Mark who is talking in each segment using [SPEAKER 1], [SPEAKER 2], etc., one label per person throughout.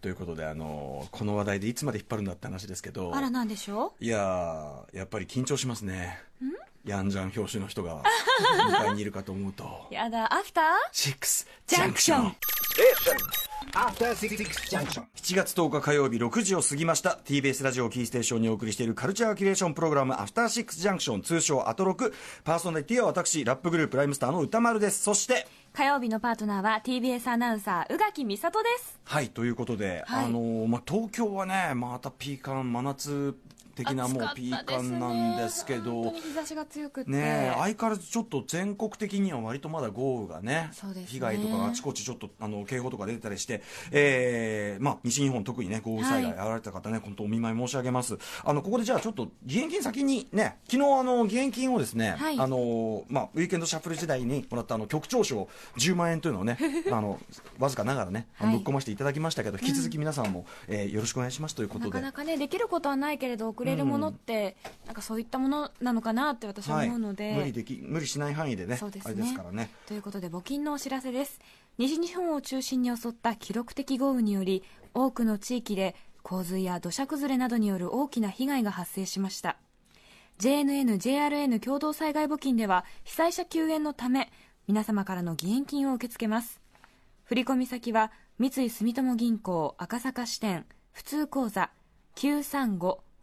[SPEAKER 1] ということで、あのこの話題でいつまで引っ張るんだって話ですけど
[SPEAKER 2] あらなんでしょ
[SPEAKER 1] いやーやっぱり緊張しますねヤンジャン表紙の人 が向かいにいるかと思うと
[SPEAKER 2] うやだアフター
[SPEAKER 1] シックス
[SPEAKER 2] ジャンクション
[SPEAKER 3] After Six Junction.
[SPEAKER 1] 7月10日火曜日6時を過ぎました TBS ラジオキーステーションにお送りしているカルチャーキュレーションプログラム「アフターシックスジャンクション」通称アトロクパーソナリティは私ラップグループライムスターの歌丸ですそして
[SPEAKER 2] 火曜日のパートナーは TBS アナウンサー宇垣美里です
[SPEAKER 1] はいということで、
[SPEAKER 2] はい
[SPEAKER 1] あのーまあ、東京はねまたピーカン真夏的なもうピーカンなんですけど
[SPEAKER 2] 本当に日差しが強くって
[SPEAKER 1] ねえ相変わらずちょっと全国的には割とまだ豪雨がね
[SPEAKER 2] そうですね
[SPEAKER 1] 被害とかあちこちちょっとあの警報とか出てたりして、えーまあ、西日本特にね豪雨災害
[SPEAKER 2] はい
[SPEAKER 1] やられた方ね、本当お見舞い申し上げますあのここでじゃあちょっと義援金先にね昨日あの義援金をですね、
[SPEAKER 2] はい
[SPEAKER 1] あのまあ、ウィークエンドシャッフル時代にもらったあの局長賞10万円という のをねあのわずかながらねあの
[SPEAKER 2] はい
[SPEAKER 1] ぶっ込ませていただきましたけど、引き続き皆さんも、えーよろしくお願いしますということ
[SPEAKER 2] な
[SPEAKER 1] で
[SPEAKER 2] かなかねできることはないけれど送れるものって、なんかそういったものなのかなって私は
[SPEAKER 1] はい、
[SPEAKER 2] 思うので、
[SPEAKER 1] 無理でき無理しない範囲でね
[SPEAKER 2] そうですね
[SPEAKER 1] あれですからね。
[SPEAKER 2] ということで募金のお知らせです西日本を中心に襲った記録的豪雨により多くの地域で洪水や土砂崩れなどによる大きな被害が発生しました JNN、JRN 共同災害募金では被災者救援のため皆様からの義援金を受け付けます振込先は三井住友銀行赤坂支店普通口座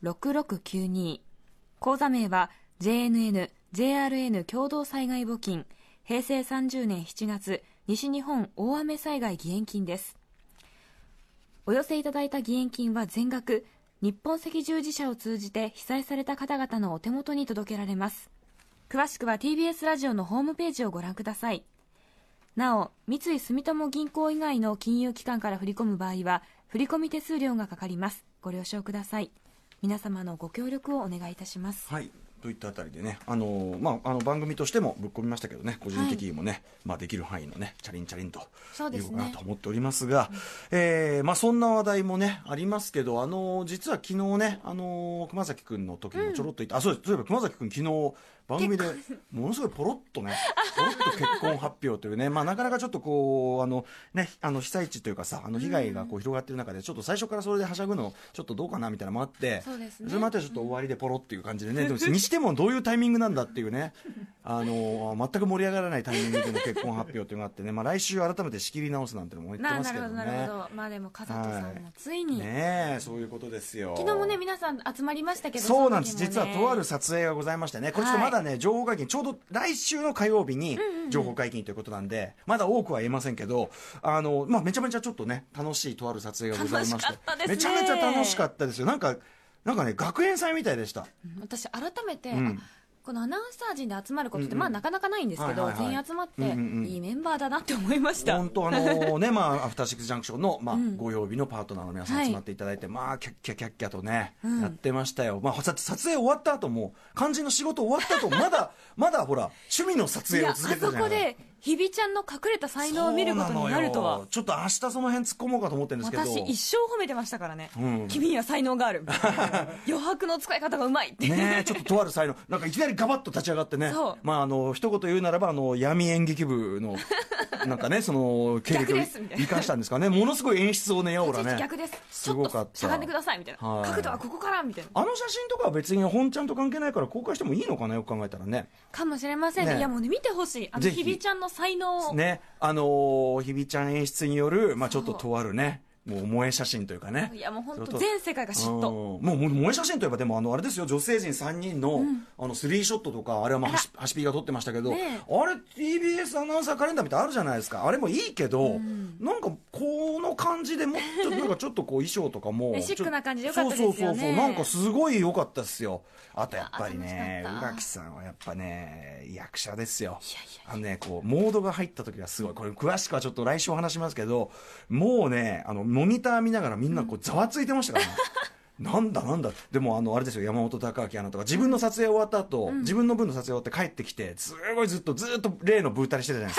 [SPEAKER 2] 935-6692口座名は JNN、JRN 共同災害募金平成30年7月西日本大雨災害義援金ですお寄せいただいた義援金は全額日本赤十字社を通じて被災された方々のお手元に届けられます詳しくは TBS ラジオのホームページをご覧くださいなお三井住友銀行以外の金融機関から振り込む場合は振込手数料がかかりますご了承ください皆様のご協力をお願いいたします
[SPEAKER 1] はいといったあたりでね、あのーまあ、あの番組としてもぶっ込みましたけどね、個人的にもね、まあ、できる範囲のね、チャリンチャリンと
[SPEAKER 2] そう
[SPEAKER 1] い
[SPEAKER 2] で
[SPEAKER 1] う
[SPEAKER 2] す
[SPEAKER 1] かな
[SPEAKER 2] ね
[SPEAKER 1] と思っておりますが、えーまあ、そんな話題もね、ありますけど、あのー実は昨日ね、あのー熊崎君の時にもちょろっと言った、あ、そうです、そういえば熊崎君、昨日番組で、ものすごいポロっとね、 ポロっと結婚発表というね、まあ、なかなかちょっとこう、あの、ね、あの被災地というかさ、あの被害がこう広がってる中で、ちょっと最初からそれではしゃぐの、ちょっとどうかなみたいなのもあって、
[SPEAKER 2] そうですね
[SPEAKER 1] れまたちょっと終わりでポロっていう感じでね、でもにしてもどういうタイミングなんだっていうね、あの全く盛り上がらないタイミングでの結婚発表っていうのがあってね、まあ、来週改めて仕切り直すなんてのも言って
[SPEAKER 2] な
[SPEAKER 1] ますけ
[SPEAKER 2] なる
[SPEAKER 1] ど
[SPEAKER 2] ほど
[SPEAKER 1] ね。
[SPEAKER 2] なるほどまあでも風戸さん
[SPEAKER 1] はい
[SPEAKER 2] もついに、
[SPEAKER 1] ねえそういうことですよ
[SPEAKER 2] 昨日もね皆さん集まりましたけど
[SPEAKER 1] そうなんです、
[SPEAKER 2] その時
[SPEAKER 1] 実
[SPEAKER 2] も
[SPEAKER 1] は
[SPEAKER 2] ね
[SPEAKER 1] とある撮影がございましてね、これちょっとまだね、情報解禁、ちょうど来週の火曜日に情報解禁ということなんで、まだ多くは言えませんけど、あのまあ、めちゃめちゃちょっとね、楽しいとある撮影がございまして、
[SPEAKER 2] 楽しかったですね
[SPEAKER 1] めちゃめちゃ楽しかったですよ、なんか、なんかね、学園祭みたいでした。
[SPEAKER 2] 私改めて、
[SPEAKER 1] うん
[SPEAKER 2] あこのアナウンサー陣で集まることっ
[SPEAKER 1] うん
[SPEAKER 2] て、
[SPEAKER 1] うん
[SPEAKER 2] まあなかなかないんですけど、
[SPEAKER 1] はいはいはい
[SPEAKER 2] 全員集まっ
[SPEAKER 1] う
[SPEAKER 2] て、
[SPEAKER 1] んうんうん
[SPEAKER 2] いいメンバーだなって思いました
[SPEAKER 1] 本当あのね、まあ、アフターシックスジャンクションの、まあ、
[SPEAKER 2] ん
[SPEAKER 1] ご曜日のパートナーの皆さん集まっていただいて、まあ、キャッキャキャッキャとね、やってましたよ。まあ、さ撮影終わった後も、肝心の仕事終わった後、ま だ、まだほら、趣味の撮影
[SPEAKER 2] いや
[SPEAKER 1] を
[SPEAKER 2] あ
[SPEAKER 1] 続けてた
[SPEAKER 2] そ
[SPEAKER 1] じゃな
[SPEAKER 2] こ
[SPEAKER 1] い
[SPEAKER 2] で日比ちゃんの隠れた才能を見ることになると
[SPEAKER 1] そうの
[SPEAKER 2] は
[SPEAKER 1] よちょっと明日その辺突っ込もうかと思ってるんですけど。
[SPEAKER 2] 私一生褒めてましたからね、
[SPEAKER 1] うん
[SPEAKER 2] 君には才能が ある余白の使い方がうまいって、
[SPEAKER 1] ねえ、ちょっととある才能、なんかいきなりガバッと立ち上がってね
[SPEAKER 2] そう、
[SPEAKER 1] まあ、あの、一言言うならば、あの、闇演劇部 の、なんかね、その、経歴
[SPEAKER 2] 逆
[SPEAKER 1] を
[SPEAKER 2] ですみたいな
[SPEAKER 1] 生かしたんですかね、ものすごい演出をね、やおら
[SPEAKER 2] 立ち位
[SPEAKER 1] ね。
[SPEAKER 2] 置逆です
[SPEAKER 1] すご
[SPEAKER 2] ち
[SPEAKER 1] か
[SPEAKER 2] ょ
[SPEAKER 1] っ
[SPEAKER 2] ったとしゃがんでくださいみたいな、
[SPEAKER 1] はい
[SPEAKER 2] 角度はここからみたいな
[SPEAKER 1] あの写真とかは別に本ちゃんと関係ないから公開してもいいのかなよく考えたらね。
[SPEAKER 2] かもしれませんね
[SPEAKER 1] ね
[SPEAKER 2] いやもうね見てほしいあの
[SPEAKER 1] ぜひ
[SPEAKER 2] 日比ちゃんの才能を、
[SPEAKER 1] ね。あのー、ひびちゃん演出による、まあちょっと
[SPEAKER 2] そ
[SPEAKER 1] とあるね、もう萌え写真というかね。
[SPEAKER 2] いやもう本
[SPEAKER 1] そ
[SPEAKER 2] 当
[SPEAKER 1] れと
[SPEAKER 2] 全世界が嫉妬
[SPEAKER 1] うんもうもう萌え写真といえばでもあのあれですよ女性陣3人の,、あのスリーショットとかあれはまあはしはしピーが撮ってましたけど、
[SPEAKER 2] ねえ
[SPEAKER 1] あれ TBS アナウンサーカレンダーみたいなのあるじゃないですかあれもいいけど、なんかこの感じでもうちょっとなんかちょっとこう衣装とかも
[SPEAKER 2] ね
[SPEAKER 1] ちょっと
[SPEAKER 2] シックな感じでよかったですよね
[SPEAKER 1] そうそうそうそうなんかすごい良かったですよあとやっぱりね宇
[SPEAKER 2] あ楽しかった
[SPEAKER 1] 垣さんはやっぱね役者ですよ
[SPEAKER 2] いやいや
[SPEAKER 1] あのね、こう、モードが入った時はすごい。これ、詳しくはちょっと来 週お話しますけど、もうね、あの、モニター見ながらみんなこう、ざわついてましたからね。なんだなんだでもあのあれですよ山本隆明アナとか自分の撮影終わった後、自分の分の撮影終わって帰ってきてすごいずっとずっと例のブータリしてたじゃな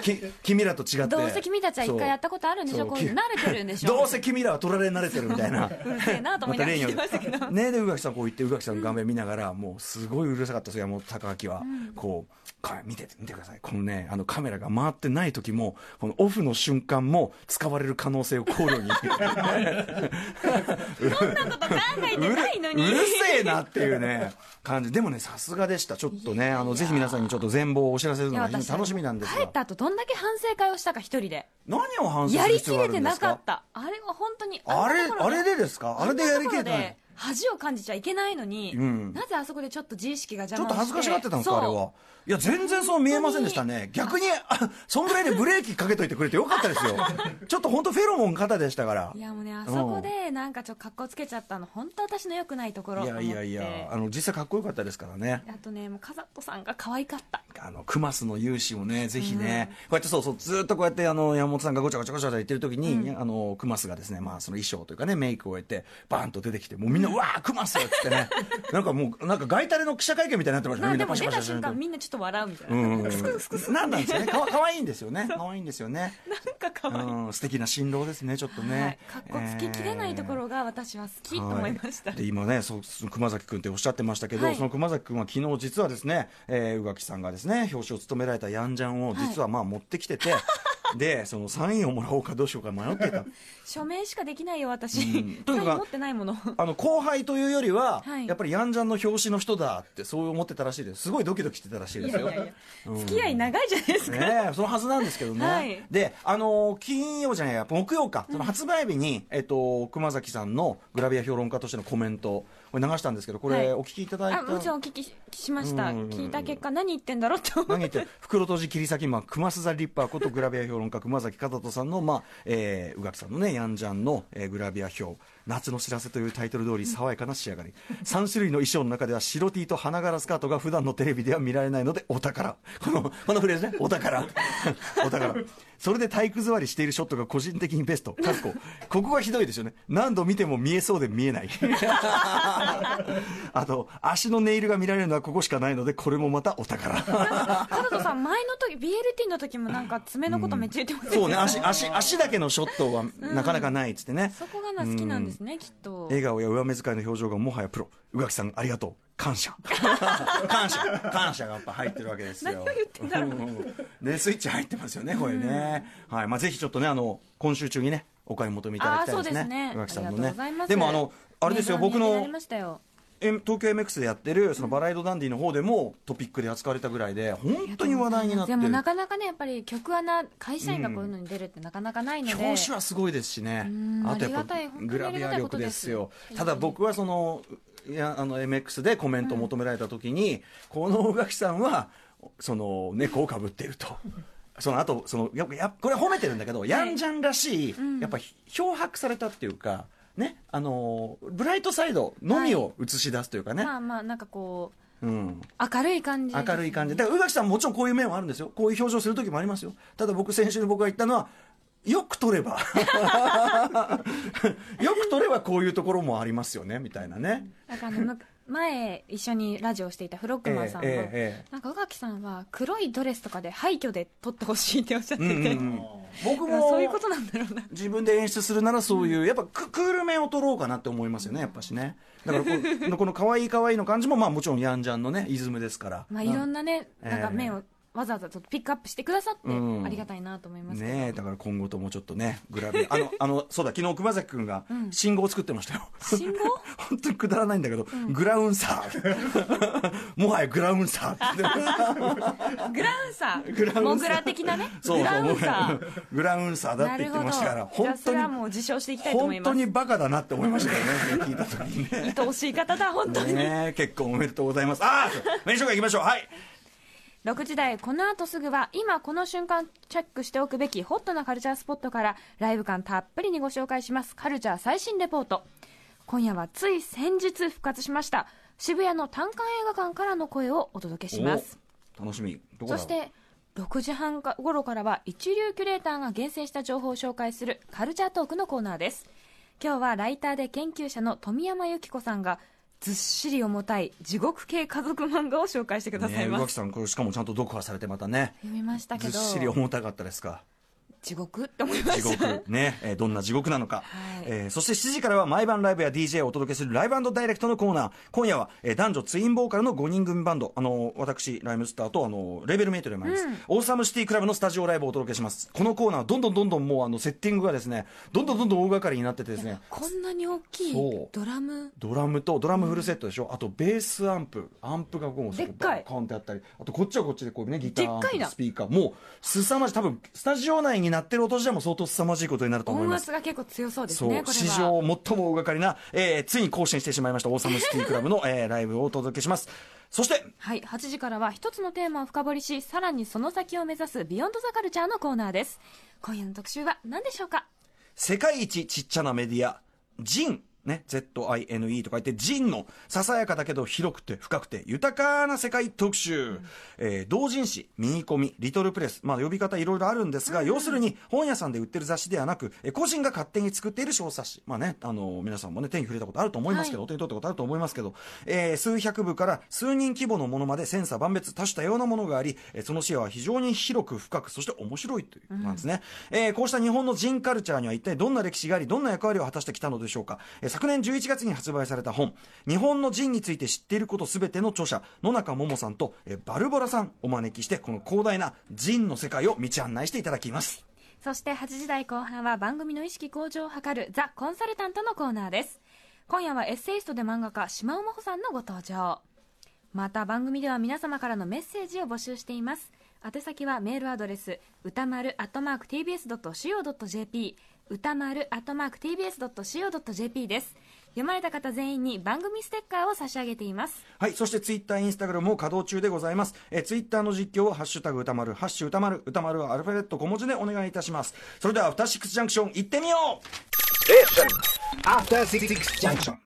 [SPEAKER 1] いです かき君らと違って
[SPEAKER 2] どうせ君たちは一回やったことあるんでしょ
[SPEAKER 1] そう
[SPEAKER 2] こういうの慣れてるんでしょ
[SPEAKER 1] どうせ君らは取られ慣れてるみたいな
[SPEAKER 2] うるせえなと思いながら聞いてましたけど、
[SPEAKER 1] ねで宇垣さんこう言って宇垣さんの画面見ながら、もうすごいうるさかったですよ山本隆明は、こうか見て見てくださいこのねあのカメラが回ってない時もこのオフの瞬間も使われる可能性を考 慮に
[SPEAKER 2] そんなこと考えて
[SPEAKER 1] うる
[SPEAKER 2] ないのに
[SPEAKER 1] うるせえなっていうね感じでもねさすがでしたちょっとねあのぜひ皆さんにちょっと全貌をお知らせするのが非常に楽しみなんです
[SPEAKER 2] 帰っ
[SPEAKER 1] が
[SPEAKER 2] た後どんだけ反省会をしたか一人で
[SPEAKER 1] 何を反省
[SPEAKER 2] や
[SPEAKER 1] する
[SPEAKER 2] り
[SPEAKER 1] 必
[SPEAKER 2] き
[SPEAKER 1] 要があ
[SPEAKER 2] れ
[SPEAKER 1] る
[SPEAKER 2] て
[SPEAKER 1] んで
[SPEAKER 2] な
[SPEAKER 1] す
[SPEAKER 2] かっ
[SPEAKER 1] か
[SPEAKER 2] たあれは本当に
[SPEAKER 1] あれ
[SPEAKER 2] んなところ
[SPEAKER 1] あれでですかあれでやりきれて
[SPEAKER 2] あ
[SPEAKER 1] な
[SPEAKER 2] んなとこ
[SPEAKER 1] い
[SPEAKER 2] ろで恥を感じちゃいけないのに、
[SPEAKER 1] うん
[SPEAKER 2] なぜあそこでちょっと自意識が
[SPEAKER 1] ちょっ
[SPEAKER 2] 邪魔
[SPEAKER 1] と
[SPEAKER 2] を
[SPEAKER 1] 恥ずかしがってたんですか、あれ
[SPEAKER 2] そう
[SPEAKER 1] は。いや、全然そう見えませんでしたね。逆に、あそんぐらいでブレーキかけといてくれてよかったですよ。ちょっと本当フェロモン肩でしたから。
[SPEAKER 2] いやもうねあそこでなんかちょっと格好つけちゃったの本当私の良くないところ
[SPEAKER 1] いやいやい
[SPEAKER 2] と
[SPEAKER 1] や、
[SPEAKER 2] 思って
[SPEAKER 1] あの、実際かっこよかったですからね。
[SPEAKER 2] あとねもうカザットさんが可愛かった
[SPEAKER 1] あの、クマスの勇姿をね、ぜひね、こうやってそうそう、ずっとこうやって、あの、山本さんがごちゃごちゃごちゃごちゃ言ってる時に、あの、クマスがですね、まあ、その衣装というかね、メイクを終えて、バーンと出てきて、もうみんな、うわー、クマスっつってね、なんかもう、なんか外タレの記者会見みたいになってましたね、み
[SPEAKER 2] まあ
[SPEAKER 1] ん
[SPEAKER 2] で
[SPEAKER 1] な
[SPEAKER 2] も
[SPEAKER 1] パシ
[SPEAKER 2] 出
[SPEAKER 1] ャパシ
[SPEAKER 2] た
[SPEAKER 1] ャして
[SPEAKER 2] 瞬間みんなちょっと笑うみたいな、
[SPEAKER 1] うんうんうんなんなんですよね。かわかわいいんですよね。かわいいんですよね。
[SPEAKER 2] なんか可愛い、
[SPEAKER 1] うん、素敵な新郎ですね、ちょっとね。
[SPEAKER 2] はい、かっこつけきれないところが私は好きと思いました、
[SPEAKER 1] はいで今ねそうその熊崎君っておっしゃってましたけど、
[SPEAKER 2] はい
[SPEAKER 1] その熊崎君は昨日実はですね、えー宇垣さんがですね表紙を務められたヤンジャンを実はまあ持ってきてて、 でそのサインをもらおうかどうしようか迷って た
[SPEAKER 2] 署名しかできないよ私、
[SPEAKER 1] うんと
[SPEAKER 2] サ
[SPEAKER 1] に
[SPEAKER 2] イ
[SPEAKER 1] か
[SPEAKER 2] ン
[SPEAKER 1] く
[SPEAKER 2] 持ってないもの
[SPEAKER 1] あの後輩というよりは、
[SPEAKER 2] はい
[SPEAKER 1] やっぱりヤンジャンの表紙の人だってそう思ってたらしいですすごいドキドキしてたらしい
[SPEAKER 2] い
[SPEAKER 1] です
[SPEAKER 2] や
[SPEAKER 1] よ
[SPEAKER 2] いやいや
[SPEAKER 1] うん
[SPEAKER 2] 付き合い長いじゃないですか、
[SPEAKER 1] ねえ、そのはずなんですけどね。
[SPEAKER 2] はい
[SPEAKER 1] で、あのー金曜じゃないや、木曜か、その発売日に、えっと、熊崎さんのグラビア評論家としてのコメント、これ流したんですけど、こ
[SPEAKER 2] はい
[SPEAKER 1] れ、お聞きいただいた、
[SPEAKER 2] あもちろんお聞きししました、
[SPEAKER 1] うんうんうん
[SPEAKER 2] 聞いた結果何言ってんだろうと思
[SPEAKER 1] 何
[SPEAKER 2] っ
[SPEAKER 1] 言ってて袋閉じ切り裂きマン熊須ザリッパーことグラビア評論家熊崎和人さんの、まあえー、宇垣さんのねヤンジャンの、えーグラビア表「夏の知らせ」というタイトル通り爽やかな仕上がり3種類の衣装の中では白 T と花柄スカートが普段のテレビでは見られないのでお宝このこのフレーズねお宝 お宝それで体育座りしているショットが個人的にベストかっこここがひどいですよね何度見ても見えそうで見えない あと足のネイルが見られるのはここしかないのでこれもまたお宝
[SPEAKER 2] 加藤さん前の時 BLT の時もなんか爪のことめっちゃ言ってました
[SPEAKER 1] そうね、足、足、足だけのショットはなかなかないっつってね。
[SPEAKER 2] そこがな好きなんですね、きっと
[SPEAKER 1] 笑顔や上目遣いの表情がもはやプロ。宇垣さん、ありがとう。感謝。感謝。感謝がやっぱ入ってるわけですよ。ね、スイッチ入ってますよね、これね。はい。まあ、ぜひちょっとね、あの、今週中にね、お買い求めいただきたいです
[SPEAKER 2] あーそうですね
[SPEAKER 1] ね。宇垣さんの
[SPEAKER 2] ありがとうございま
[SPEAKER 1] ね。
[SPEAKER 2] す
[SPEAKER 1] でも、あの、あれですよ、
[SPEAKER 2] 値段
[SPEAKER 1] 僕
[SPEAKER 2] 値段に
[SPEAKER 1] の
[SPEAKER 2] なりましたよ
[SPEAKER 1] え東京 MX でやってる、そのバラエドダンディの方でもトピックで扱われたぐらいで、本当に話題になって
[SPEAKER 2] で
[SPEAKER 1] る。
[SPEAKER 2] もなかなかねやっぱり局アナ会社員がこういうのに出るってなかなかないので、
[SPEAKER 1] 表紙はすごいですしね
[SPEAKER 2] ん、
[SPEAKER 1] あとやっ
[SPEAKER 2] あ
[SPEAKER 1] ぱ
[SPEAKER 2] りがたい
[SPEAKER 1] グラビ
[SPEAKER 2] 本当にありが
[SPEAKER 1] ア
[SPEAKER 2] たいこ
[SPEAKER 1] 力
[SPEAKER 2] と
[SPEAKER 1] で
[SPEAKER 2] ですす
[SPEAKER 1] よ、ただ僕はそのいやあの MX でコメントを求められたときに、この宇垣さんは、その猫をかぶっていると。 その後そのやっぱやっこれは褒めてるんだけど、ヤンジャンらしい、やっぱ漂白されたっていうか、ね、あのブライトサイドのみを映し出すというかね、
[SPEAKER 2] まあまあなんかこ
[SPEAKER 1] うん、
[SPEAKER 2] う明るい感じです
[SPEAKER 1] 明るい感じだから宇垣さんももちろんこういう面はあるんですよこういう表情する時もありますよただ僕先週僕が言ったのは よく撮れば よく撮ればこういうところもありますよねみたいなね
[SPEAKER 2] だからあのむ前一緒にラジオをしていたフロックマンさんも、
[SPEAKER 1] えええええ
[SPEAKER 2] なんか宇垣さんは黒いドレスとかで廃墟で撮ってほしいっておっしゃって
[SPEAKER 1] う
[SPEAKER 2] て、
[SPEAKER 1] んうんうん僕
[SPEAKER 2] だから
[SPEAKER 1] も
[SPEAKER 2] そういうことなんだろうな
[SPEAKER 1] 自分で演出するならそういう、やっぱククール面を取ろうかなって思いますよねやっぱしねだからこの この可愛い可愛いの感じもまあもちろんヤンジャンのねイズムですから
[SPEAKER 2] まあいろんなね、
[SPEAKER 1] うん
[SPEAKER 2] なんか
[SPEAKER 1] ええ
[SPEAKER 2] 面をわざわざとピックアップしてくださって
[SPEAKER 1] うん
[SPEAKER 2] ありがたいなと思いますけど、
[SPEAKER 1] ねえだから今後ともちょっとねグラビアあのあのそうだ昨日熊崎君が信号を作ってましたよ、
[SPEAKER 2] 信 号
[SPEAKER 1] 本当にくだらないんだけど、グラウンサー もはやグラウンサーって
[SPEAKER 2] グランサ
[SPEAKER 1] グラウンサ
[SPEAKER 2] ー
[SPEAKER 1] ー
[SPEAKER 2] モグラ的なね
[SPEAKER 1] そうそう
[SPEAKER 2] グランサ
[SPEAKER 1] もはやグラウンサー
[SPEAKER 2] ー
[SPEAKER 1] だっ
[SPEAKER 2] な
[SPEAKER 1] て
[SPEAKER 2] る
[SPEAKER 1] 言って
[SPEAKER 2] ほど
[SPEAKER 1] ましたから
[SPEAKER 2] じゃあ
[SPEAKER 1] 本
[SPEAKER 2] そ
[SPEAKER 1] 当
[SPEAKER 2] れは
[SPEAKER 1] に
[SPEAKER 2] もう自称していきたいと思い
[SPEAKER 1] 本
[SPEAKER 2] ま
[SPEAKER 1] 当
[SPEAKER 2] す
[SPEAKER 1] にバカだなって思いましたけどね聞いた時にね
[SPEAKER 2] 愛おしい方だ本当 に、
[SPEAKER 1] ねえ結婚おめでとうございますああ名称がいきましょうはい
[SPEAKER 2] 6時台この後すぐは今この瞬間チェックしておくべきホットなカルチャースポットからライブ感たっぷりにご紹介しますカルチャー最新レポート今夜はつい先日復活しました渋谷の単館映画館からの声をお届けします
[SPEAKER 1] お楽しみどこだ
[SPEAKER 2] そ
[SPEAKER 1] ろう
[SPEAKER 2] して6時半か頃からは一流キュレーターが厳選した情報を紹介するカルチャートークのコーナーです今日はライターで研究者の富山由紀子さんがずっしり重たい地獄系家族漫画を紹介してください
[SPEAKER 1] ね
[SPEAKER 2] ま
[SPEAKER 1] 宇垣
[SPEAKER 2] す、
[SPEAKER 1] さんこれしかもちゃんと読破されてまたね
[SPEAKER 2] 読みました
[SPEAKER 1] ず
[SPEAKER 2] け
[SPEAKER 1] っ
[SPEAKER 2] ど
[SPEAKER 1] しり重たかったですか
[SPEAKER 2] 地獄って思いま
[SPEAKER 1] 地獄
[SPEAKER 2] した
[SPEAKER 1] ね、えーどんな地獄なのか、
[SPEAKER 2] はい
[SPEAKER 1] えーそして7時からは毎晩ライブや DJ をお届けするライブダイレクトのコーナー今夜は、えー男女ツインボーカルの5人組バンドあのー私ライムスターとあのーレーベルメイトでもあります、オーサムシティクラブのスタジオライブをお届けしますこのコーナーどんどんどんどんもうあのセッティングがですねどんどんどんどん大掛かりになっててですね
[SPEAKER 2] こんなに大きい
[SPEAKER 1] そう
[SPEAKER 2] ドラム
[SPEAKER 1] ドラムとドラムフルセットでしょ、あとベースアンプアンプがこう
[SPEAKER 2] でっかい
[SPEAKER 1] カンってあったりあとこっちはこっちでこうねギターアン
[SPEAKER 2] でっか
[SPEAKER 1] プ
[SPEAKER 2] いな
[SPEAKER 1] スピーカーもう凄まじい多分スタジオ内になってる音自体も相当凄まじいことになると思い
[SPEAKER 2] 音
[SPEAKER 1] ます
[SPEAKER 2] 圧が結構強そうです
[SPEAKER 1] そう
[SPEAKER 2] ねこれは
[SPEAKER 1] 史上最も大掛かりな、えーついに更新してしまいましたオーサムシティクラブの、 えーライブをお届けしますそして
[SPEAKER 2] はい、8時からは一つのテーマを深掘りし、さらにその先を目指すビヨンドザカルチャーのコーナーです。今夜の特集は何でしょうか
[SPEAKER 1] 世界一ちっちゃなメディア、ジン。ね、ZINE と書いて、ジンの、ささやかだけど広くて深くて豊かな世界特集。えー同人誌、ミニコミ、リトルプレス、まあ呼び方いろいろあるんですが、要するに本屋さんで売ってる雑誌ではなく、えー個人が勝手に作っている小冊子。まあね、あのー皆さんもね、手に触れたことあると思いますけど、お手に取ったことあると思いますけど、えー数百部から数人規模のものまで千差万別、多種多様なものがあり、えーその視野は非常に広く深く、そして面白いということなんですね。えーこうした日本の人カルチャーには一体どんな歴史があり、どんな役割を果たしてきたのでしょうか。えー昨年11月に発売された本、日本の人について知っていることすべての著者、野中桃さんと、えーバルボラさんお招きして、この広大な人の世界を道案内していただきます。
[SPEAKER 2] そして8時台後半は番組の意識向上を図るザ・コンサルタントのコーナーです。今夜はエッセイストで漫画家、島尾真帆さんのご登場。また番組では皆様からのメッセージを募集しています。宛先はメールアドレス、歌丸 .tbs.co.jp 歌丸 .tbs.co.jp です。読まれた方全員に番組ステッカーを差し上げています。
[SPEAKER 1] はい。そしてツイッター、インスタグラムも稼働中でございます。えー、ツイッターの実況をハッシュタグ歌丸、ハッシュ歌丸、歌丸はアルファベット小文字でお願いいたします。それでは、アフターシックスジャンクション行ってみよう
[SPEAKER 3] Station. After Six Junction.